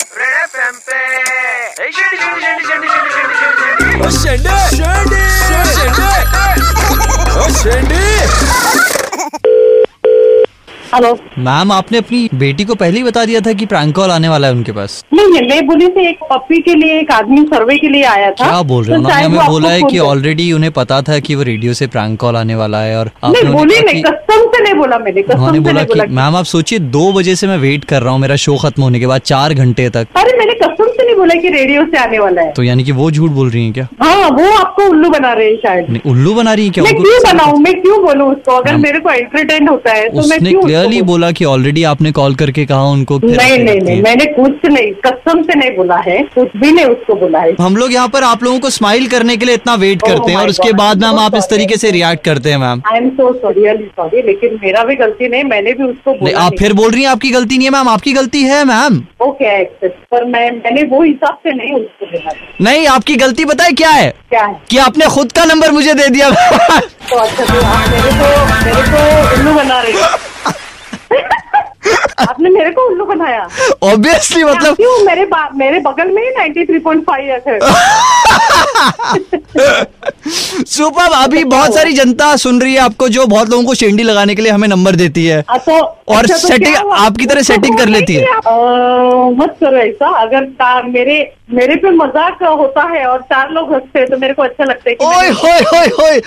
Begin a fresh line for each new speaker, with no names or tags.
FM पे ए, शेंडी, शेंडी, शेंडी, शेंडी, शेंडी, शेंडी, शेंडी, शेंडी।
Şimdi! Şimdi! Şimdi! Şimdi!
Hello
ma'am आपने अपनी बेटी को पहले ही बता दिया था कि प्रैंक कॉल आने वाला है उनके पास
नहीं नहीं मैं बोली से एक कॉपी के लिए एक आदमी सर्वे के लिए आया था
क्या बोल रहे हो
तो
उन्होंने
शायद वो
हमें
आपको
बोला है
फोन
कि
कर-
ऑलरेडी उन्हें पता था कि वो रेडियो से प्रैंक कॉल आने वाला है और आपने
नहीं
उन्हें
बोली
कहा
नहीं
कि-
कसम से नहीं बोला मैंने कसम
उन्होंने
से
बोला
नहीं बोला
कि मैम आप सोचिए दो बजे से मैं वेट कर रहा हूँ मेरा शो खत्म होने के बाद चार घंटे तक
अरे मैंने कसम से नहीं बोला कि रेडियो से आने वाला है
तो यानी कि वो झूठ बोल रही है क्या
हाँ वो आपको उल्लू बना रहे हैं शायद
नहीं, उल्लू बना रही है क्या
मैं
उनको
क्यों
किसी-
बनाऊं मैं क्यों बोलूं उसको अगर
मैम,
मेरे को एंटरटेन होता है तो मैं
उसने
क्यों उसको
क्लियरली
बोलूं?
बोला कि ऑलरेडी आपने कॉल करके कहा उनको कि
नहीं
रखती
नहीं
हैं।
नहीं मैंने कुछ नहीं कसम से नहीं बोला है कुछ भी नहीं उसको बोला है
हम लोग यहाँ पर आप लोगों को स्माइल करने के लिए इतना वेट
Oh
करते हैं
my
और उसके
God, तो
बाद मैम
I'm so
आप इस
sorry.
तरीके से रिएक्ट करते हैं ma'am
I am so sorry sorry लेकिन मेरा भी गलती नहीं मैंने भी उसको
नहीं,
बोला
आप
नहीं।
फिर बोल रही हैं आपकी गलती नहीं है मैम आपकी गलती है मैम
ओके एक्सेप्ट पर मैं मैंने वो हिसाब से नहीं उसको देना था।
नहीं आपकी गलती पता है क्या है
क्या है
कि आपने खुद का नंबर मुझे दे दिया
तो अच्छा तो आप मेरे को मेरे को उल्लू बना रहे हो। आपने मेरे को उल्लू बनाया
ऑब्वियसली मतलब
क्यों मेरे बा- मेरे बगल में ही नाइन्टी थ्री पॉइंट फाइव है अच्छा,
सुपर अभी बहुत सारी जनता सुन रही है आपको जो बहुत लोगों को शेंडी लगाने के लिए हमें नंबर देती है
आ, तो
और
अच्छा, तो क्या
setting-
हुआ?
आपकी तरह
उसको
setting कर
बोल
लेती है।
कि आप, अ, मत करो ऐसा अगर ता- मेरे मेरे पे मजाक होता है और चार लोग हंसते हैं तो मेरे को अच्छा लगता है कि
ओए
मैंने-
होए होए होए